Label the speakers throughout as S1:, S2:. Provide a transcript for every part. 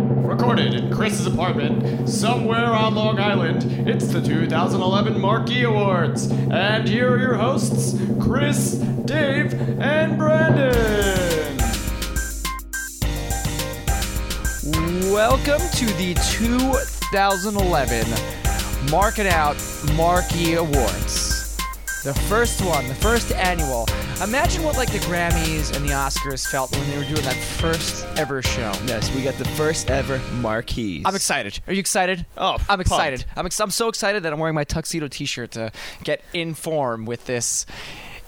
S1: Recorded in Chris's apartment somewhere on Long Island. It's the 2011 Marquee Awards. And here are your hosts, Chris, Dave, and Brandon.
S2: Welcome to the 2011 Mark It Out Marquee Awards. The first one, the first annual. Imagine what like the Grammys and the Oscars felt when they were doing that first ever show.
S3: Yes, we got the first ever marquees.
S2: I'm excited. Are you excited?
S1: Oh,
S2: I'm
S1: pumped.
S2: excited. I'm, ex- I'm so excited that I'm wearing my tuxedo T-shirt to get in form with this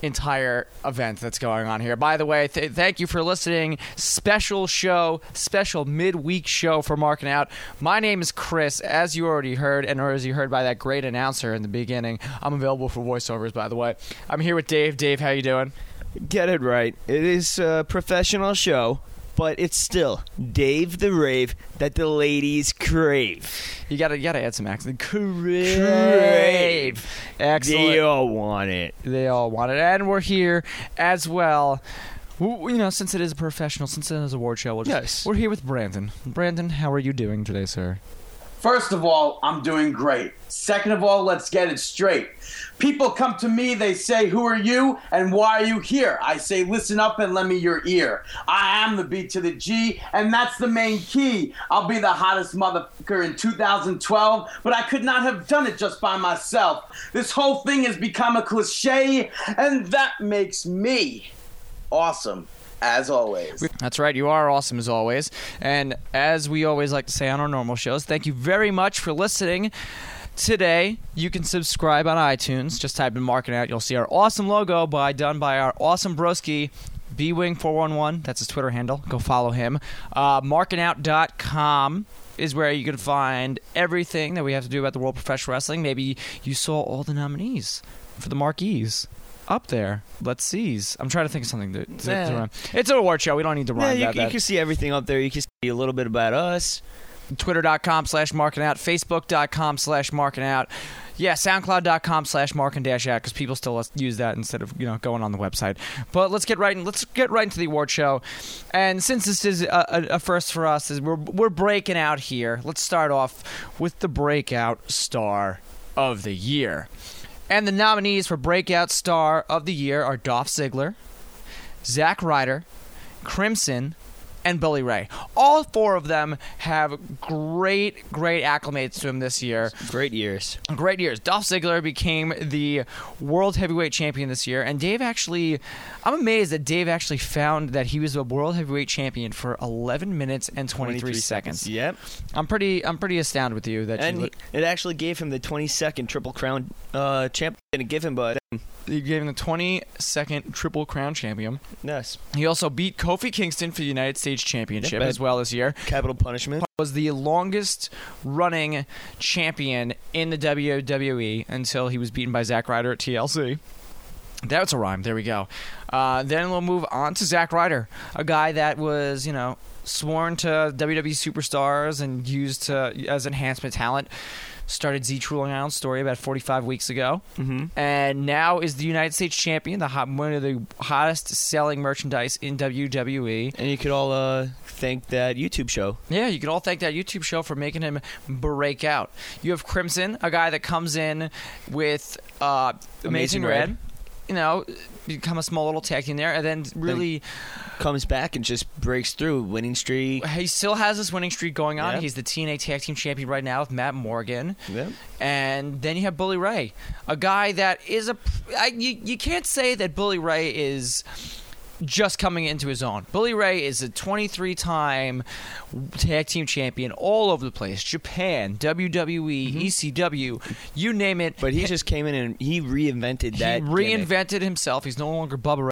S2: entire event that's going on here. By the way, th- thank you for listening. Special show, special midweek show for Marking Out. My name is Chris, as you already heard, and or as you heard by that great announcer in the beginning. I'm available for voiceovers, by the way. I'm here with Dave. Dave, how you doing?
S3: Get it right. It is a professional show, but it's still Dave the Rave that the ladies crave.
S2: You gotta, you gotta add some accent.
S3: Crave.
S2: Excellent.
S3: They all want it.
S2: they all want it, and we're here as well. W- You know, since it is a professional, since it is an award show, we'll just,
S3: Yes.
S2: we're here with Brandon. Brandon, how are you doing today, sir?
S4: First of all, I'm doing great. Second of all, let's get it straight. People come to me, they say, Who are you and why are you here? I say, Listen up and lend me your ear. I am the B to the G, and that's the main key. I'll be the hottest motherfucker in 2012, but I could not have done it just by myself. This whole thing has become a cliche, and that makes me awesome, as always.
S2: That's right, you are awesome as always. And as we always like to say on our normal shows, thank you very much for listening. Today, you can subscribe on iTunes. Just type in Marking Out. You'll see our awesome logo by done by our awesome broski, bwing411. That's his Twitter handle. Go follow him. Uh, markingout.com is where you can find everything that we have to do about the World of Professional Wrestling. Maybe you saw all the nominees for the marquees. Up there, let's seize. I'm trying to think of something to, to, to
S3: Yeah.
S2: rhyme. It's an award show. We don't need to
S3: Yeah,
S2: rhyme
S3: you,
S2: about
S3: you
S2: that
S3: can see everything up there. You can see a little bit about us.
S2: twitter.com slash marking out facebook.com slash marking out yeah soundcloud.com slash marking dash out because people still use that instead of you know going on the website but let's get right in let's get right into the award show and since this is a, a, a first for us is we're, we're breaking out here let's start off with the breakout star of the year and the nominees for breakout star of the year are dolph ziggler Zack Ryder, Crimson, and Billy Ray. All four of them have great, great acclimates to him this year.
S3: Great years.
S2: Great years. Dolph Ziggler became the world heavyweight champion this year, and Dave actually, I'm amazed that Dave actually found that he was a world heavyweight champion for 11 minutes and 23, seconds.
S3: Yep.
S2: I'm pretty, I'm pretty astounded with you that
S3: And
S2: you,
S3: he- it actually gave him the 22nd Triple Crown uh, champ. Didn't give him, but um,
S2: you gave him the 22nd Triple Crown champion.
S3: yes,
S2: He also beat Kofi Kingston for the United States Championship
S3: bad.
S2: as well this year.
S3: capital punishment.
S2: was the longest running champion in the WWE until he was beaten by Zack Ryder at TLC. That's a rhyme. There we go. Uh, then we'll move on to Zack Ryder, a guy that was, you know, sworn to WWE superstars and used to, as enhancement talent. Started Z True Long Island story about 45 weeks ago, mm-hmm. and now is the United States champion, the hot, one of the hottest selling merchandise in E. WWE.
S3: And you could all uh, thank that YouTube show.
S2: Yeah, you can all thank that YouTube show for making him break out. You have Crimson, a guy that comes in with uh, Amazing,
S3: Amazing
S2: Red.
S3: Red.
S2: You know, become a small little tag team there, and then really,
S3: Comes back and just breaks through winning streak.
S2: he still has this winning streak going on.
S3: Yeah.
S2: He's the TNA Tag Team Champion right now with Matt Morgan.
S3: Yep.
S2: And then you have Bully Ray, a guy that is a. I, you, you can't say that Bully Ray is just coming into his own. Bully Ray is a 23 time tag team champion all over the place Japan, E, WWE, ECW, you name it.
S3: Mm-hmm. But he just came in and he reinvented
S2: he
S3: that. gimmick.
S2: reinvented himself. He's no longer Bubba Ray.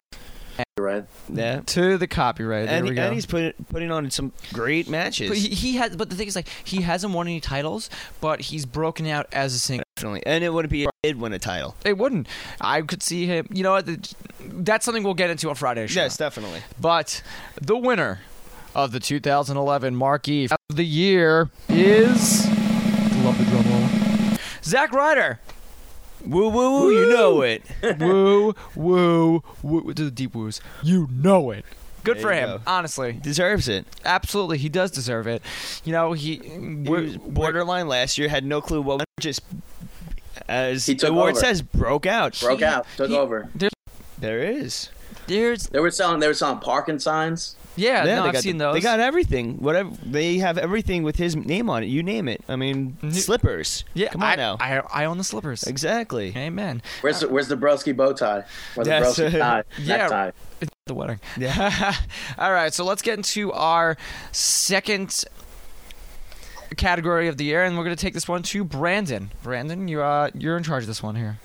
S4: Right?
S3: Yeah.
S2: To the copyright.
S3: And, he- and he's putting putting on some great matches.
S2: But he, he has, but the thing is, like, he hasn't won any titles, but he's broken out as a single.
S3: definitely. And it wouldn't be if he did win a title.
S2: It wouldn't. I could see him. You know, what, the- that's something we'll get into on Friday. Show.
S3: definitely.
S2: But the winner of the 2011 Marquee of the Year is. Love the drum roll. Zack Ryder.
S3: Woo woo woo, you know it.
S2: woo, woo, woo. Do the deep woos. You know it. Good for
S3: you
S2: him,
S3: go.
S2: honestly.
S3: Deserves it.
S2: Absolutely, he does deserve it. You know, he.
S3: He was borderline last year, had no clue what just as
S4: He
S3: the
S4: took
S3: word
S4: over.
S3: says, broke out.
S4: Broke out, took
S2: he-
S4: over.
S2: There's,
S3: There is.
S2: there's,
S4: They were selling. They were selling parking signs.
S2: yeah,
S3: Yeah,
S2: no,
S3: they
S2: I've
S3: got
S2: seen
S3: the-
S2: those.
S3: They got everything. Whatever they have everything with his name on it. You name it. I mean,
S2: Mhm.
S3: slippers.
S2: yeah,
S3: come on
S2: I,
S3: now.
S2: I, I own the slippers.
S3: exactly.
S2: Amen.
S4: Where's the, where's the Broski bow tie? Where's
S3: Yes.
S4: the Broski tie?
S2: Yeah.
S4: Necktie?
S2: It's the wedding.
S3: Yeah.
S2: All right, so let's get into our second category of the year, and we're going to take this one to Brandon. Brandon, you uh, you're in charge of this one here.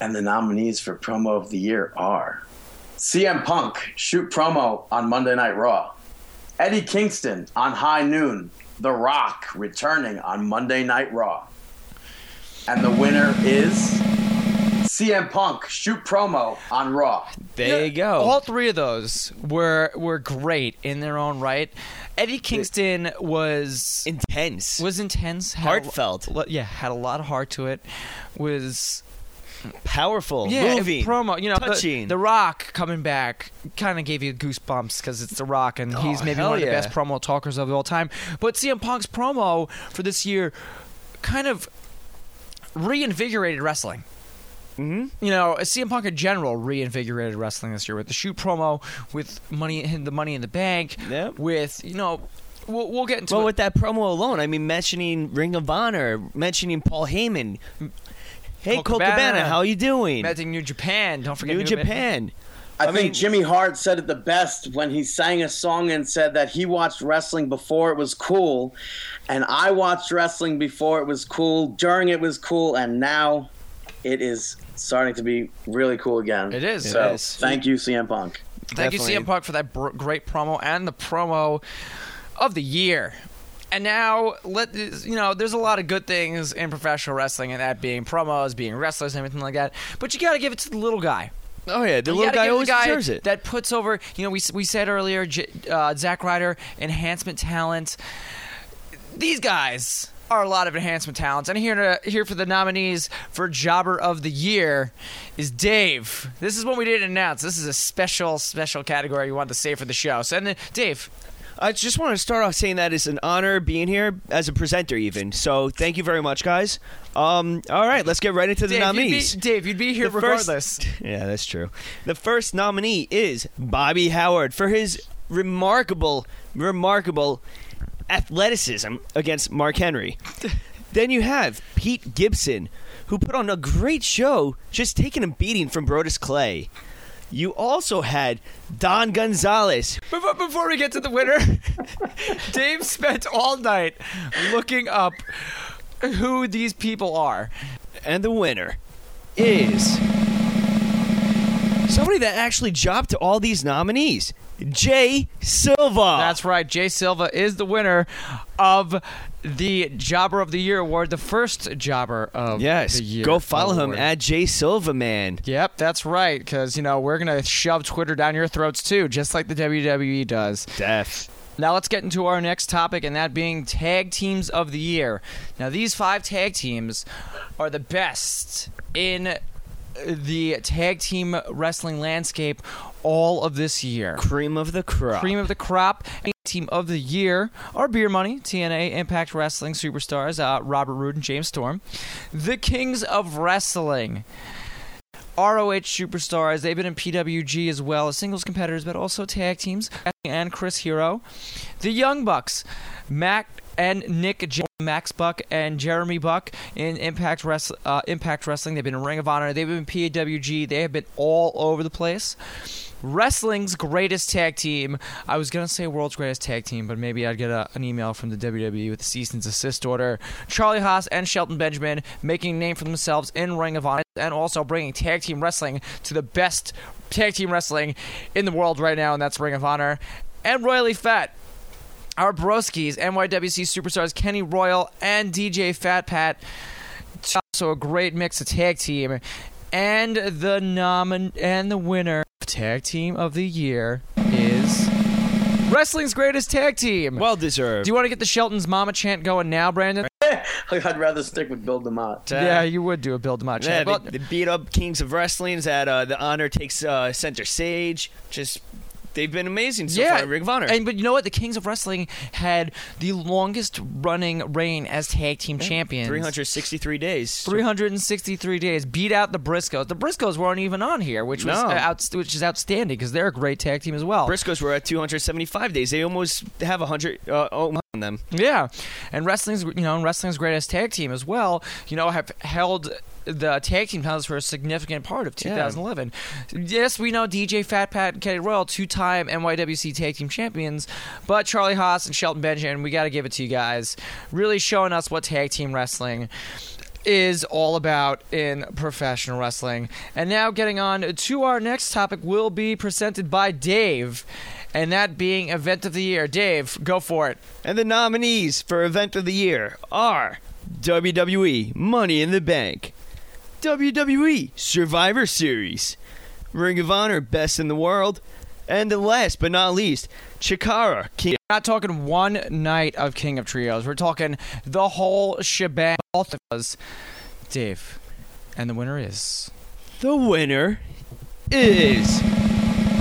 S4: And the nominees for promo of the year are CM Punk shoot promo on Monday Night Raw, Eddie Kingston on High Noon, The Rock returning on Monday Night Raw. And the winner is CM Punk shoot promo on Raw.
S3: There you go.
S2: All three of those were were great in their own right. Eddie Kingston was
S3: Intense.
S2: was intense, had a lo-
S3: heartfelt.
S2: lo- yeah, had a lot of heart to it. Was
S3: powerful.
S2: yeah, it-
S3: moving.
S2: promo. You know, the-
S3: touching.
S2: The, Rock coming back kind of gave you goosebumps because it's The Rock, and he's
S3: Oh,
S2: maybe
S3: hell
S2: one of the
S3: yeah.
S2: best promo talkers of all time. But CM Punk's promo for this year kind of reinvigorated wrestling. Mm-hmm. You know, CM Punk in general reinvigorated wrestling this year with the shoot promo, with money in the Money in the Bank,
S3: Yep.
S2: with you know, we'll, we'll get into
S3: well,
S2: it.
S3: with that promo alone, I mean, mentioning Ring of Honor, mentioning Paul Heyman. Hey,
S2: Colt
S3: Cole
S2: Cabana.
S3: Cabana, how you doing?
S2: Mentioning New Japan. Don't forget
S3: New Japan.
S4: I,
S3: I
S4: think
S3: mean-
S4: Jimmy Hart said it the best when he sang a song and said that he watched wrestling before it was cool, and I watched wrestling before it was cool, during it was cool, and now it is starting to be really cool again.
S2: It is.
S4: So
S3: It is.
S4: thank you, CM Punk.
S2: Thank you,
S3: Definitely.
S2: CM Punk, for that br- great promo and the promo of the year. And now, let you know, there's a lot of good things in professional wrestling, and that being promos, being wrestlers, and everything like that. But you got to give it to the little guy.
S3: Oh yeah, the
S2: You
S3: little
S2: gotta
S3: guy
S2: give
S3: always
S2: the guy
S3: deserves it.
S2: That puts over. You know, we s- we said earlier, J- uh, Zack Ryder, enhancement talent. These guys are a lot of enhancement talents, and here to, here for the nominees for Jobber of the Year is Dave. This is what we didn't announce. This is a special special category we wanted to save for the show. So, and then, Dave,
S3: I just want to start off saying that it's an honor being here as a presenter, even. So thank you very much, guys. Um, all right, let's get right into the
S2: Dave, you'd be,
S3: nominees.
S2: Dave, you'd be here
S3: The first-
S2: regardless.
S3: yeah, that's true. The first nominee is Bobby Howard for his remarkable, remarkable athleticism against Mark Henry. then you have Pete Gibson, who put on a great show, just taking a beating from Brodus Clay. You also had Don Gonzalez,
S2: Before, before we get to the winner, Dave spent all night looking up who these people are.
S3: And the winner is somebody that actually jobbed to all these nominees, Jay Silva.
S2: That's right. Jay Silva is the winner of the Jobber of the Year award, the first Jobber of
S3: yes.
S2: the Year.
S3: Go follow him
S2: award.
S3: at Jay Silva, man.
S2: Yep, that's right. Because you know we're gonna shove Twitter down your throats too, just like the WWE does.
S3: Def.
S2: Now let's get into our next topic, and that being tag teams of the year. Now these five tag teams are the best in the tag team wrestling landscape all of this year.
S3: Cream of the crop.
S2: Cream of the crop, team of the year are Beer Money, TNA, Impact Wrestling superstars uh, Robert Roode and James Storm, the Kings of Wrestling. ROH superstars. They've been in PWG as well as singles competitors, but also tag teams. And Chris Hero, the Young Bucks, Mac and Nick, J- Max Buck and Jeremy Buck in Impact Wrest- uh, Impact Wrestling. They've been in Ring of Honor. They've been in PWG. They have been all over the place. Wrestling's greatest tag team. I was gonna say world's greatest tag team, but maybe I'd get a, an email from the WWE with a cease and desist order. Charlie Haas and Shelton Benjamin making a name for themselves in Ring of Honor and also bringing tag team wrestling to the best tag team wrestling in the world right now, and that's Ring of Honor and Royally Fat. Our Broskis, NYWC superstars Kenny Royal and DJ Fat Pat. Also a great mix of tag team. And the nomin and the winner of tag team of the year is Wrestling's greatest tag team.
S3: Well deserved.
S2: Do you want to get the Shelton's Mama chant going now, Brandon?
S4: I'd rather stick with Bill DeMott.
S2: Yeah, you would do a Bill DeMott
S3: yeah,
S2: chant.
S3: the,
S2: Well,
S3: the beat up Kings of Wrestling's at uh, the honor takes uh, center stage. Just They've been amazing so
S2: yeah,
S3: far in Ring of Honor.
S2: And but you know what? The Kings of Wrestling had the longest running reign as tag team champions.
S3: 363 days.
S2: 363 days beat out the Briscoes. The Briscoes weren't even on here, which was
S3: No.
S2: uh, out, which is outstanding because they're a great tag team as well.
S3: Briscoes were at 275 days. They almost have 100 uh, on them.
S2: Yeah, and wrestling's you know and wrestling's greatest tag team as well. You know have held the tag team titles for a significant part of 2011. Yes, we know DJ Fat Pat and Kenny Royal, two-time NYWC tag team champions, but Charlie Haas and Shelton Benjamin, we got to give it to you guys, really showing us what tag team wrestling is all about in professional wrestling. And now getting on to our next topic will be presented by Dave, and that being event of the year. Dave, go for it.
S3: And the nominees for Event of the Year are WWE Money in the Bank, WWE Survivor Series, Ring of Honor Best in the World, and the last but not least, Chikara King.
S2: We're not talking one night of King of Trios. We're talking the whole shebang. All of us, Dave, and the winner is.
S3: The winner is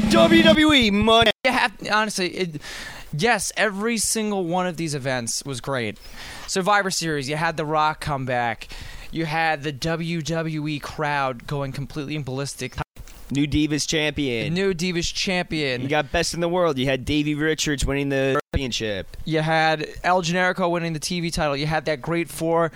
S3: WWE Money.
S2: You have honestly, it, yes, every single one of these events was great. Survivor Series, you had The Rock come back. You had the WWE crowd going completely ballistic.
S3: New Divas Champion.
S2: New Divas champion.
S3: you got Best in the World. You had Davey Richards winning the championship.
S2: You had El Generico winning the TV title. You had that great four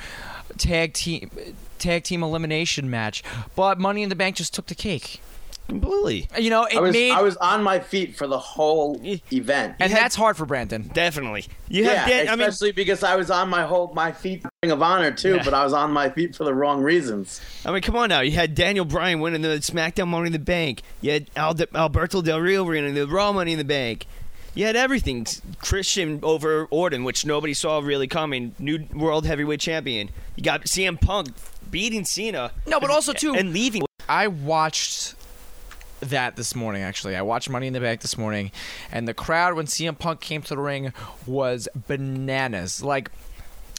S2: tag team tag team elimination match. But Money in the Bank just took the cake.
S3: Completely.
S2: You know, it
S4: I was
S2: made
S4: I was on my feet for the whole event.
S2: and that's hard for Brandon.
S3: Definitely. You
S4: yeah,
S3: have Dan- I mean,
S4: especially because I was on my whole my feet for Ring of Honor too, but I was on my feet for the wrong reasons.
S3: I mean, come on now. You had Daniel Bryan winning the SmackDown Money in the Bank. You had Al- Alberto Del Rio winning the Raw Money in the Bank. You had everything. Christian over Orton, which nobody saw really coming. New World Heavyweight Champion. You got CM Punk beating Cena.
S2: No, but also too-
S3: and leaving.
S2: I watched that this morning actually. I watched Money in the Bank this morning and the crowd when CM Punk came to the ring was bananas. Like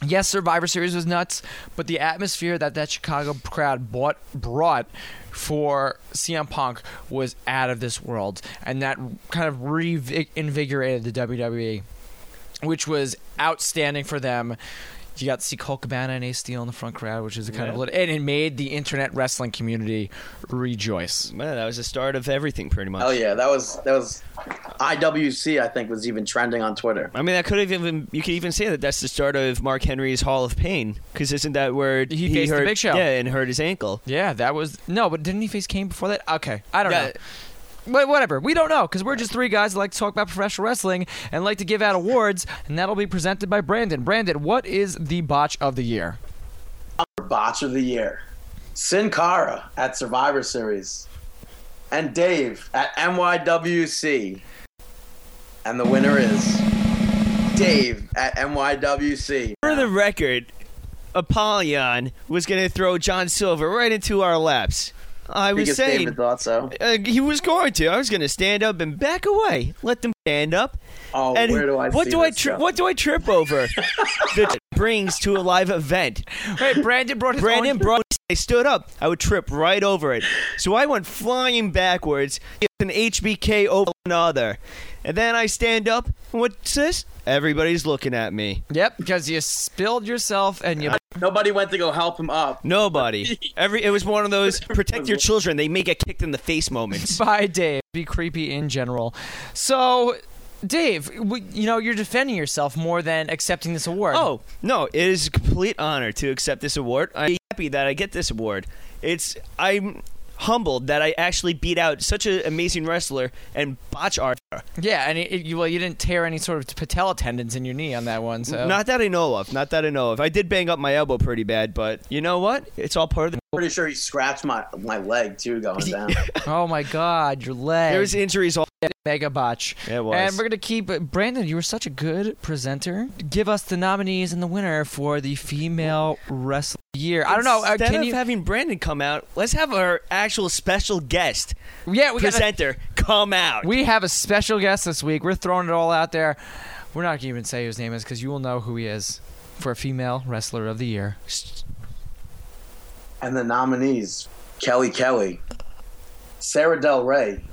S2: yes, Survivor Series was nuts, but the atmosphere that that Chicago crowd bought, brought for CM Punk was out of this world, and that kind of reinvigorated the E. WWE, which was outstanding for them. You got to see Colt Cabana and Ace Steel in the front crowd, which is a kind of lit, and it made the internet wrestling community rejoice.
S3: Man, that was the start of everything, pretty much.
S4: Hell yeah, that was that was IWC I think was even trending on Twitter.
S3: I mean, that could have even you could even say that that's the start of Mark Henry's Hall of Pain, because isn't that where he,
S2: faced the
S3: hurt,
S2: Big Show.
S3: Yeah, and hurt his ankle.
S2: Yeah, that was no, but didn't he face Kane before that? Okay, I don't
S3: Yeah.
S2: know. But whatever, we don't know because we're just three guys that like to talk about professional wrestling and like to give out awards, and that'll be presented by Brandon. Brandon, what is the botch of the year?
S4: Botch of the year. Sin Cara at Survivor Series. And Dave at NYWC. And the winner is Dave at NYWC.
S3: For the record, Apollyon was going to throw John Silver right into our laps. I was
S4: Because
S3: saying
S4: David thought so.
S3: uh, he was going to. I was going to stand up and back away. Let them stand up.
S4: Oh,
S3: and
S4: where do I
S3: what
S4: see
S3: do I
S4: this
S3: tri-
S4: going?
S3: what do I trip over that brings to a live event?
S2: Hey, Brandon brought his
S3: Brandon
S2: own-
S3: brought. I stood up. I would trip right over it. So I went flying backwards. It's an HBK over another, and then I stand up. And what's this? Everybody's looking at me.
S2: Yep, because you spilled yourself and you.
S4: Nobody went to go help him up.
S3: Nobody. Every it was one of those protect your children. They may get kicked in the face moments.
S2: Bye, Dave. Be creepy in general. So, Dave, w you know you're defending yourself more than accepting this award.
S3: Oh no! It is a complete honor to accept this award. I'm happy that I get this award. It's I'm humbled that I actually beat out such an amazing wrestler and botch art.
S2: yeah, and it, it- you, well, you didn't tear any sort of patella tendons in your knee on that one, so
S3: Not that I know of. Not that I know of. I did bang up my elbow pretty bad, but you know what? It's all part of the.
S4: Pretty sure he scratched my my leg too going down.
S2: Oh my God, your leg.
S3: There was injuries all.
S2: mega botch.
S3: It was.
S2: And we're gonna keep uh, Brandon. You were such a good presenter. Give us the nominees and the winner for the female wrestler year. I don't know. Uh,
S3: Instead
S2: can
S3: of
S2: you?
S3: having Brandon come out, let's have our actual special guest
S2: yeah, we got.
S3: presenter come out.
S2: We have a special guest this week. We're throwing it all out there. We're not gonna even say who his name is because you will know who he is for female wrestler of the year.
S4: and the nominees Kelly Kelly, Sarah Del Rey,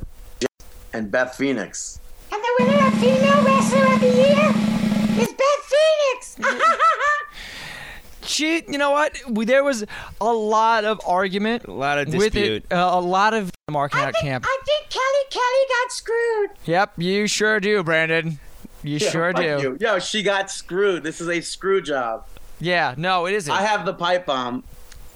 S4: and Beth Phoenix.
S5: And the winner of Female Wrestler of the Year is Beth Phoenix.
S2: She, you know what? We, there was a lot of argument, a
S3: lot of
S2: with it,
S3: dispute.
S2: uh, a lot of marking
S5: I
S2: out
S5: think,
S2: camp.
S5: I think Kelly Kelly got screwed.
S2: Yep, you sure do, Brandon. You sure
S6: fuck
S2: do.
S6: You. Yo, she got screwed. This is a screw job.
S2: Yeah, no, it isn't.
S6: I have the pipe bomb.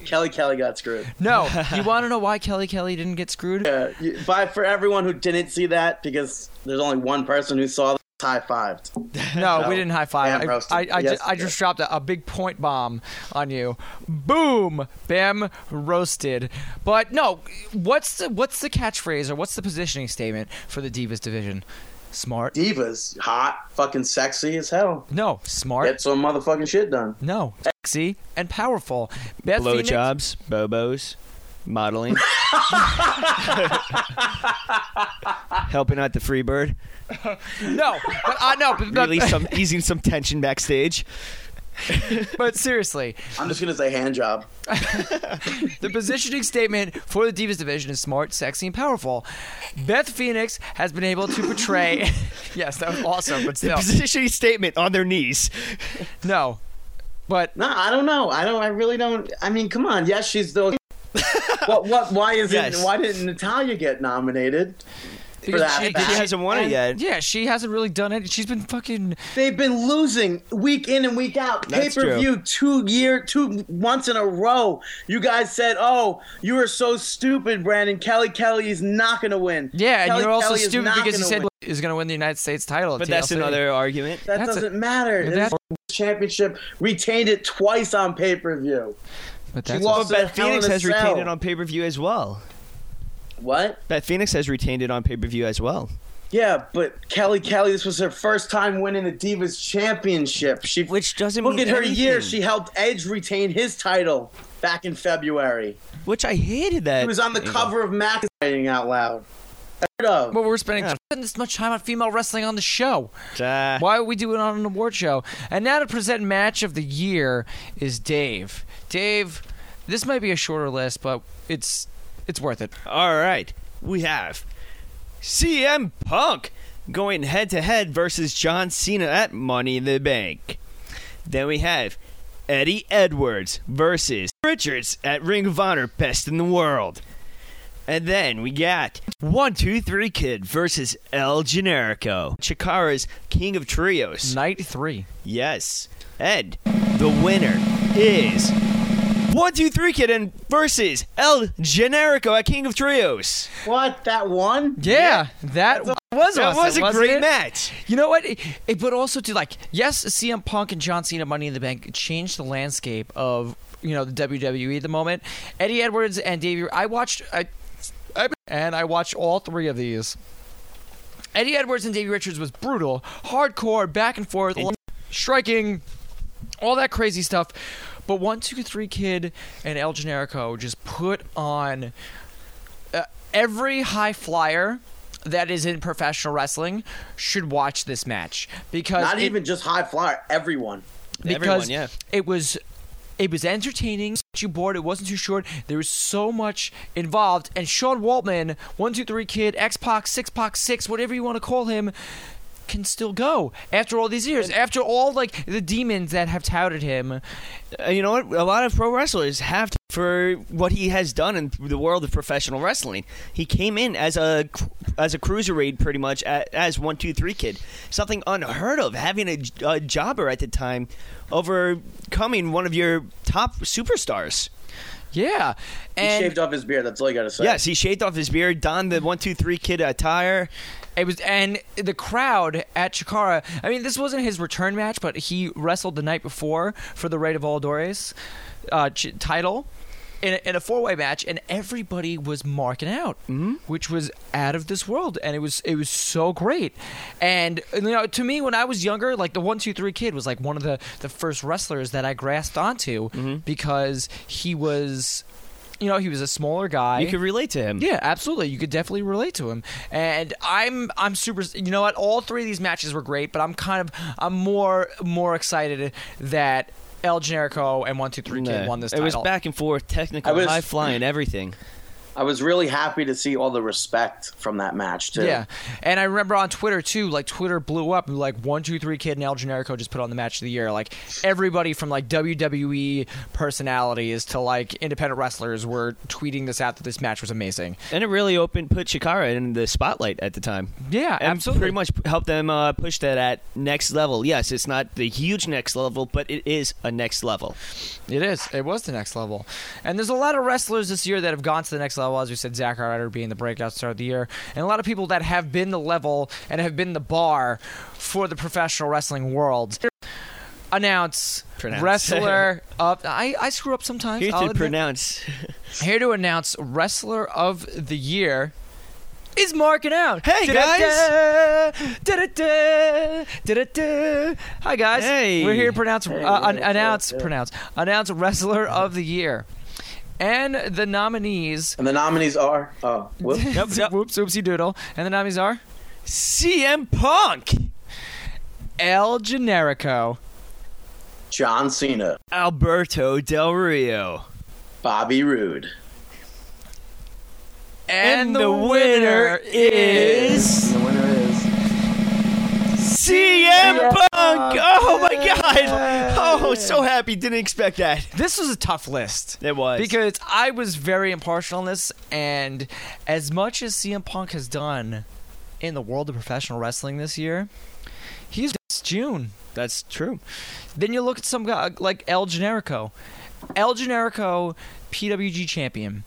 S6: Kelly Kelly got screwed.
S2: no, you want to know why Kelly Kelly didn't get screwed?
S6: Yeah, you- but for everyone who didn't see that, because there's only one person who saw that, high fived.
S2: No,
S6: No.
S2: we didn't high five.
S6: Bam
S2: I,
S6: roasted.
S2: I, I, ju-
S6: Yes,
S2: I just dropped a, a big point bomb on you. Boom, bam, roasted. But no, what's the what's the catchphrase or what's the positioning statement for the Divas division? Smart.
S6: Divas, hot, fucking sexy as hell.
S2: No, smart.
S6: Get some motherfucking shit done.
S2: No, sexy and powerful. Beth Phoenix-
S3: Blowjobs, bobos, modeling, helping out the free bird,
S2: No, but I no, but, but,
S3: really some easing some tension backstage.
S2: but seriously,
S6: I'm just gonna say hand job.
S2: the positioning statement for the Divas division is smart, sexy, and powerful. Beth Phoenix has been able to portray. yes, that was awesome, but still,
S3: Positioning statement on their knees.
S2: no. But
S6: No, I don't know. I don't. I really don't. I mean, come on. Yes, she's the. what? What? Why is
S3: Yes.
S6: it? Why didn't Natalia get nominated? For
S2: Because
S6: that
S2: she-
S6: fact?
S3: She hasn't won it yet.
S2: yeah, she hasn't really done it. She's been fucking.
S6: They've been losing week in and week out. Pay
S3: That's
S6: per view two year two months in a row. You guys said, "Oh, you are so stupid, Brandon. Kelly Kelly is not going to win."
S2: Yeah,
S6: Kelly
S2: and you're also
S6: Kelly is
S2: stupid
S6: not
S2: because you
S6: gonna
S2: said
S6: win.
S2: is going to win the United States title. at
S3: But that's
S2: TLC.
S3: another argument.
S6: that
S2: that's a-
S6: doesn't matter. This
S2: that's-
S6: championship retained it twice on pay per view.
S2: But that's
S6: lost-
S3: But
S6: Also,
S3: Beth
S6: Hell in
S3: Phoenix
S6: a
S3: has retained
S6: Cell.
S3: it on pay per view as well.
S6: What?
S3: Beth Phoenix has retained it on pay per view as well.
S6: Yeah, but Kelly Kelly, this was her first time winning the Divas Championship. She
S3: Which doesn't
S6: look
S3: mean
S6: at her
S3: anything.
S6: year. She helped Edge retain his title back in February.
S3: Which I hated that.
S6: He was on the
S3: angle.
S6: cover of Magazine writing out loud. Heard of.
S2: But we're spending this much time on female wrestling on the show.
S3: Uh,
S2: Why would we do it on an award show? And now to present match of the year is Dave. Dave, this might be a shorter list, but it's it's worth it.
S3: All right, we have CM Punk going head to head versus John Cena at Money in the Bank. Then we have Eddie Edwards versus Richards at Ring of Honor Best in the World. And then we got 123 Kid versus El Generico, Chikara's King of Trios.
S2: Night three.
S3: Yes. And the winner is 123 Kid and versus El Generico at King of Trios.
S6: What? That one?
S2: Yeah, that was
S3: That
S2: awesome,
S3: was a
S2: wasn't
S3: great
S2: it?
S3: match.
S2: You know what? It, it- but also to like, yes, CM Punk and John Cena Money in the Bank changed the landscape of you know the WWE at the moment. Eddie Edwards and Davey. I watched. I, I and I watched all three of these. Eddie Edwards and Davey Richards was brutal, hardcore, back and forth, striking, all that crazy stuff. But one, two, three, kid and El Generico just put on uh, every high flyer that is in professional wrestling should watch this match because
S6: Not
S2: it-
S6: even just high flyer. Everyone.
S2: because
S3: Everyone, yeah.
S2: it was it was entertaining. Too bored. It wasn't too short. There was so much involved. And Sean Waltman, one two three kid, X Pac, six Pac, six, whatever you want to call him, can still go after all these years. After all like the demons that have touted him.
S3: Uh, You know what? A lot of pro wrestlers have to, for what he has done in the world of professional wrestling. He came in as a as a cruiserweight, pretty much a- as one two three kid, something unheard of. Having a, j- a jobber at the time overcoming one of your top superstars.
S2: Yeah,
S6: He
S2: and
S6: shaved off his beard. That's all you gotta say.
S3: Yes, he shaved off his beard, donned the one two three kid attire.
S2: It was, and the crowd at Chikara. I mean, this wasn't his return match, but he wrestled the night before for the Rey de Valladolid's uh, ch- title in a, in a four way match, and everybody was marking out, which was out of this world, and it was it was so great. And you know, to me, when I was younger, like the one two three kid was like one of the the first wrestlers that I grasped onto because he was. You know, he was a smaller guy.
S3: You could relate to him.
S2: Yeah, absolutely. You could definitely relate to him. And I'm I'm super you know what, all three of these matches were great, but I'm kind of I'm more more excited that El Generico and 123 Kid
S3: Yeah.
S2: won this
S3: It was
S2: title.
S3: back and forth,
S6: I
S3: technical,
S6: was-
S3: high flying, everything.
S4: I was really happy to see all the respect from that match too.
S2: Yeah, and I remember on Twitter too. Like Twitter blew up. and, Like one, two, three, kid and El Generico just put on the match of the year. Like everybody from like WWE personalities to like independent wrestlers were tweeting this out that this match was amazing.
S3: And it really opened put Shikara in the spotlight at the time.
S2: Yeah,
S3: and
S2: absolutely.
S3: Pretty much helped them uh, push that at next level. Yes, it's not the huge next level, but it is a next level.
S2: It is. It was the next level. And there's a lot of wrestlers this year that have gone to the next level, as we said, Zack Ryder being the breakout star of the year, and a lot of people that have been the level and have been the bar for the professional wrestling world. Announce
S3: Pronounce.
S2: wrestler of I, I screw up sometimes.
S3: Here
S2: I'll
S3: to
S2: admit.
S3: pronounce.
S2: Here to announce wrestler of the year is marking out.
S3: Hey,
S2: Da-da-da, da-da-da, da-da-da. Hi guys.
S3: Hey.
S2: We're here to pronounce uh, an- announce pronounce announce wrestler of the year. And the nominees
S4: And the nominees are oh whoop.
S3: yep.
S2: whoops oopsie doodle. And the nominees are
S3: CM Punk,
S2: El Generico,
S4: John Cena,
S3: Alberto Del Rio,
S4: Bobby Roode.
S2: and, the, winner is
S4: And the winner is
S3: CM Punk. Oh my God! Oh, so happy. Didn't expect that.
S2: This was a tough list.
S3: It was.
S2: Because I was very impartial on this, and as much as CM Punk has done in the world of professional wrestling this year, he's it's June.
S3: That's true.
S2: Then you look at some guy like El Generico. El Generico, PWG champion.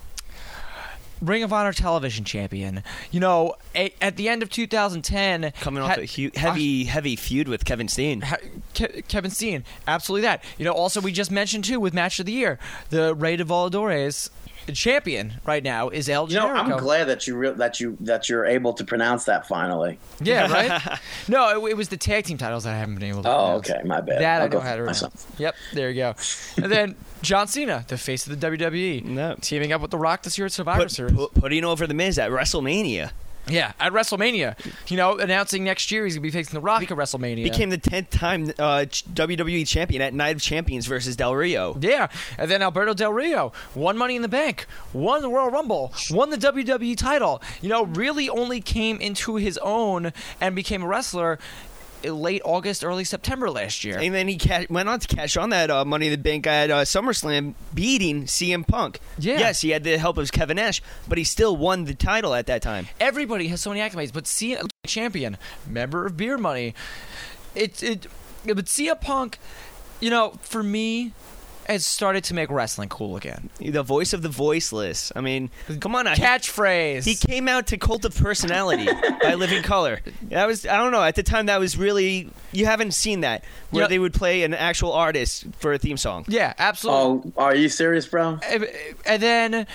S2: Ring of Honor television champion. You know, a, at the end of 2010,
S3: Coming off
S2: had-
S3: a hu- heavy, heavy feud with Kevin Steen.
S2: Ha- Ke- Kevin Steen, absolutely that. You know, also we just mentioned too with match of the year, the Rey de Voladores champion right now is El Generico.
S4: You know, I'm glad that you re- that you that you're able to pronounce that finally.
S2: Yeah, right. no, it, it was the tag team titles that I haven't been able to.
S4: Oh,
S2: pronounce.
S4: okay, my bad.
S2: That
S4: I'll
S2: I
S4: go
S2: don't have
S4: for
S2: to remember.
S4: myself.
S2: Yep, there you go. And then John Cena, the face of the WWE,
S3: No.
S2: teaming up with The Rock this year at Survivor
S3: Put,
S2: Series.
S3: pu- putting over the Miz at WrestleMania
S2: yeah, at WrestleMania, you know, announcing next year he's gonna be facing The Rock at WrestleMania.
S3: became the tenth time uh, ch- WWE champion at Night of Champions versus Del Rio.
S2: Yeah, and then Alberto Del Rio won Money in the Bank, won the Royal Rumble, won the WWE title. You know, really only came into his own and became a wrestler in late August, early September last year.
S3: And then he ca- went on to cash on that uh, Money in the Bank at uh, SummerSlam, beating CM Punk.
S2: Yeah.
S3: Yes, he had the help of Kevin Nash, but he still won the title at that time.
S2: Everybody has so many accolades, but Cena, champion, member of Beer Money, it it, but CM Punk, you know, for me, has started to make wrestling cool again.
S3: The voice of the voiceless. I mean, come on, I,
S2: Catchphrase.
S3: He came out to Cult of Personality by Living Color. That was I don't know, at the time that was really you haven't seen that where
S2: Yeah.
S3: they would play an actual artist for a theme song.
S2: yeah, absolutely.
S4: Oh, are you serious, bro?
S2: and and then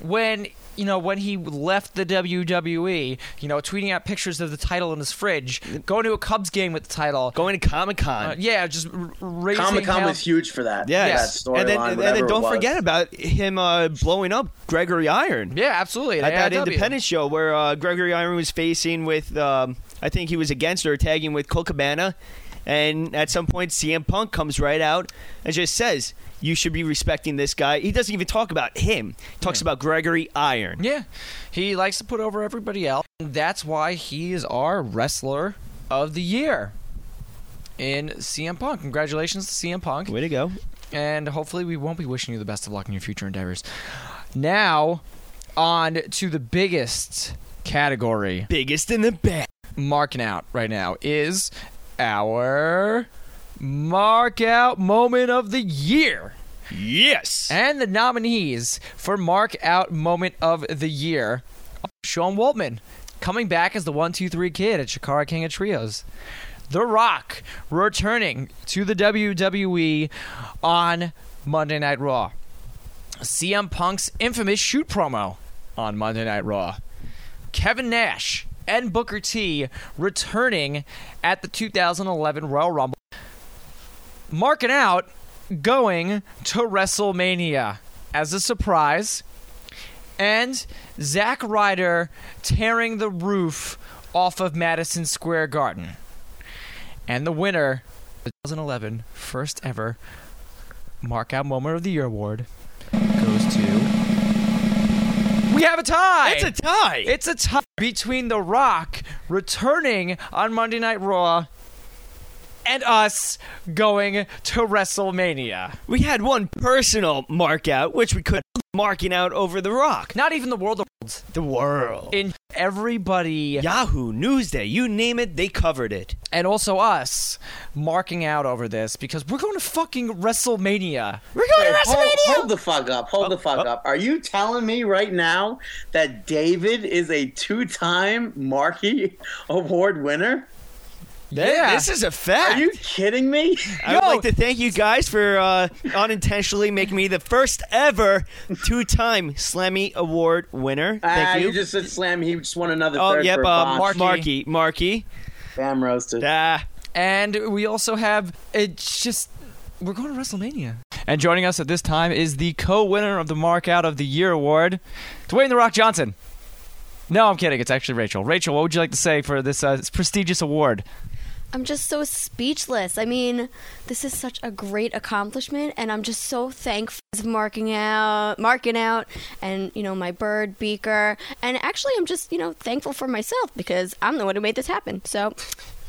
S2: when you know when he left the WWE, you know, tweeting out pictures of the title in his fridge, going to a Cubs game with the title.
S3: Going to Comic-Con.
S2: uh, yeah, just r- raising
S4: Comic Con
S2: hell.
S4: was huge for that.
S3: Yes,
S4: that storyline.
S3: and then, and
S4: whatever
S3: then
S4: it
S3: don't
S4: was.
S3: forget about him uh, blowing up Gregory Iron
S2: Yeah, absolutely.
S3: at that
S2: AIW.
S3: independent show where uh, Gregory Iron was facing with, um, I think he was against or tagging with Cole Cabana, and at some point CM Punk comes right out and just says, "You should be respecting this guy." He doesn't even talk about him; He talks about Gregory Iron.
S2: Yeah, he likes to put over everybody else. And that's why he is our wrestler of the year. In CM Punk, congratulations to CM Punk,
S3: Way to go.
S2: and hopefully we won't be wishing you the best of luck in your future endeavors. Now, on to the biggest category
S3: Biggest in the bag.
S2: marking out right now is our mark out moment of the year.
S3: Yes.
S2: And the nominees for mark out moment of the year Sean Waltman coming back as the 123 kid at Shakara King of Trios. The Rock returning to the WWE on Monday Night Raw. CM Punk's infamous shoot promo on Monday Night Raw. Kevin Nash and Booker T returning at the 2011 Royal Rumble. Marking out going to WrestleMania as a surprise. And Zack Ryder tearing the roof off of Madison Square Garden. And the winner, 2011, first ever Mark Out Moment of the Year award, goes to. We have a tie.
S3: It's a tie.
S2: It's a tie between The Rock returning on Monday Night Raw and us going to WrestleMania.
S3: we had one personal mark out, which we could marking out over the rock.
S2: Not even the world of worlds.
S3: The world.
S2: In everybody
S3: Yahoo, Newsday, you name it, they covered it.
S2: and also us marking out over this because we're going to fucking WrestleMania.
S3: We're going
S6: Wait, hold, hold the fuck up. Hold the
S3: Oh,
S6: fuck up. Are you telling me right now that David is a two time Markey Award winner?
S2: yeah.
S3: This is a fact.
S6: Are you kidding me?
S3: I would like to thank you guys for uh, unintentionally making me the first ever two-time Slammy Award winner. Thank
S6: Ah,
S3: you.
S6: you just said slam. He just won another
S3: oh,
S6: third
S3: yep,
S6: for
S3: uh,
S6: Bosch.
S3: Marky, Marky, Marky.
S6: Bam roasted.
S3: Ah,
S2: and we also have it's just we're going to WrestleMania. And joining us at this time is the co-winner of the Mark Out of the Year award, Dwayne the Rock Johnson. No, I'm kidding. It's actually Rachel. Rachel, what would you like to say for this uh, prestigious award?
S7: I'm just so speechless. I mean, this is such a great accomplishment, and I'm just so thankful for marking out, marking out, and you know my bird beaker. And actually, I'm just you know thankful for myself because I'm the one who made this happen. So,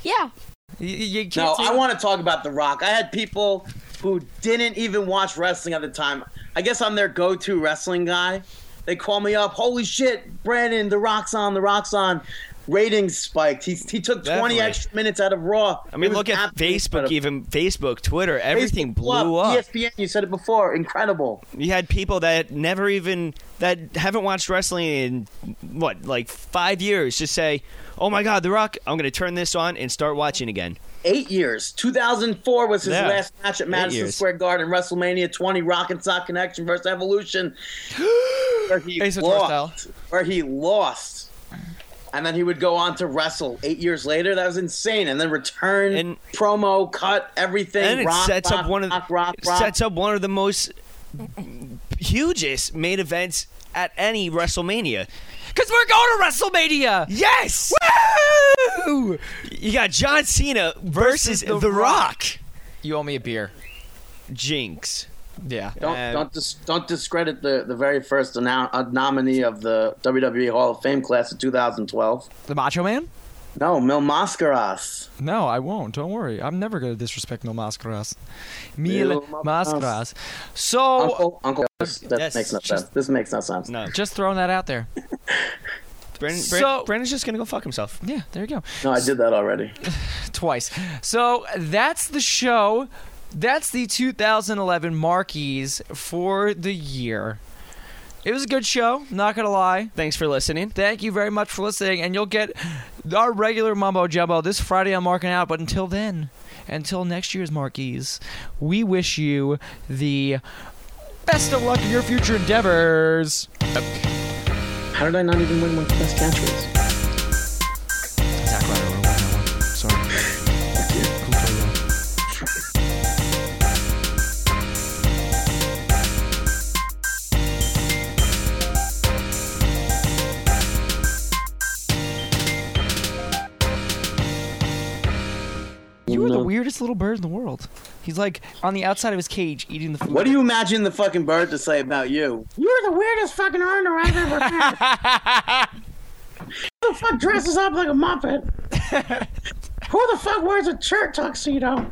S7: yeah,
S2: You, you can't
S6: No,
S2: say-
S6: I want to talk about The Rock. I had people who didn't even watch wrestling at the time. I guess I'm their go to wrestling guy. They call me up, holy shit, Brandon, The Rock's on, The Rock's on. Ratings spiked. He, he took 20
S3: Definitely.
S6: extra minutes out of Raw.
S3: I mean, look at Facebook, even Facebook, Twitter, everything blew up.
S6: ESPN, you said it before, incredible.
S3: You had people that never even that haven't watched wrestling in what like five years just say, "Oh my God, The Rock! I'm going to turn this on and start watching again."
S6: Eight years. 2004 was his
S3: Yeah.
S6: last match at Madison
S3: years.
S6: Square Garden, WrestleMania 20, Rock and Sock Connection versus Evolution, where he
S2: Ace of Torstyle.
S6: lost. Where he lost, and then he would go on to wrestle eight years later. That was insane. And then return,
S3: And-
S6: promo, cut, everything.
S3: and it
S6: rock,
S3: sets
S6: rock,
S3: up one of
S6: rock, rock,
S3: it
S6: rock.
S3: sets up one of the most hugest main events at any WrestleMania.
S2: because we're going to WrestleMania.
S3: Yes,
S2: Woo!
S3: you got John Cena versus, The,
S2: The
S3: Rock.
S2: You owe me a beer.
S3: Jinx.
S2: Yeah.
S6: Don't
S3: Um,
S6: don't dis- don't discredit the, the very first annou- uh, nominee of the WWE Hall of Fame class of 2012.
S2: The Macho Man.
S6: No, Mil Mascaras.
S2: No, I won't. Don't worry. I'm never going to disrespect Mil Mascaras. Mil
S6: Mil
S2: Mascaras.
S6: Mascaras.
S2: So,
S6: Uncle, Oh, Uncle, this, that
S3: Yes,
S6: makes no
S3: just-
S6: sense. This makes no sense.
S3: No,
S2: just throwing that out there.
S3: Brandon,
S2: So-
S3: Brandon's just gonna go fuck himself.
S2: Yeah, there you go.
S6: No, I did that already.
S2: Twice. So, that's the show. That's the 2011 Marquees for the year. It was a good show, not going to lie.
S3: Thanks for listening.
S2: Thank you very much for listening, and you'll get our regular mumbo jumbo this Friday on Marking Out. But until then, until next year's Marquees, we wish you the best of luck in your future endeavors.
S6: How did I not even win one of the best catchphrases?
S2: Zach Ryder would've won that one. Sorry. Cool play, though. You are
S6: Mm-hmm.
S2: the weirdest little bird in the world. He's like on the outside of his cage eating the food.
S6: What do you imagine the fucking bird to say about you?
S5: You're the weirdest fucking earner I've ever had. Who the fuck dresses up like a Muppet? Who the fuck wears a shirt tuxedo?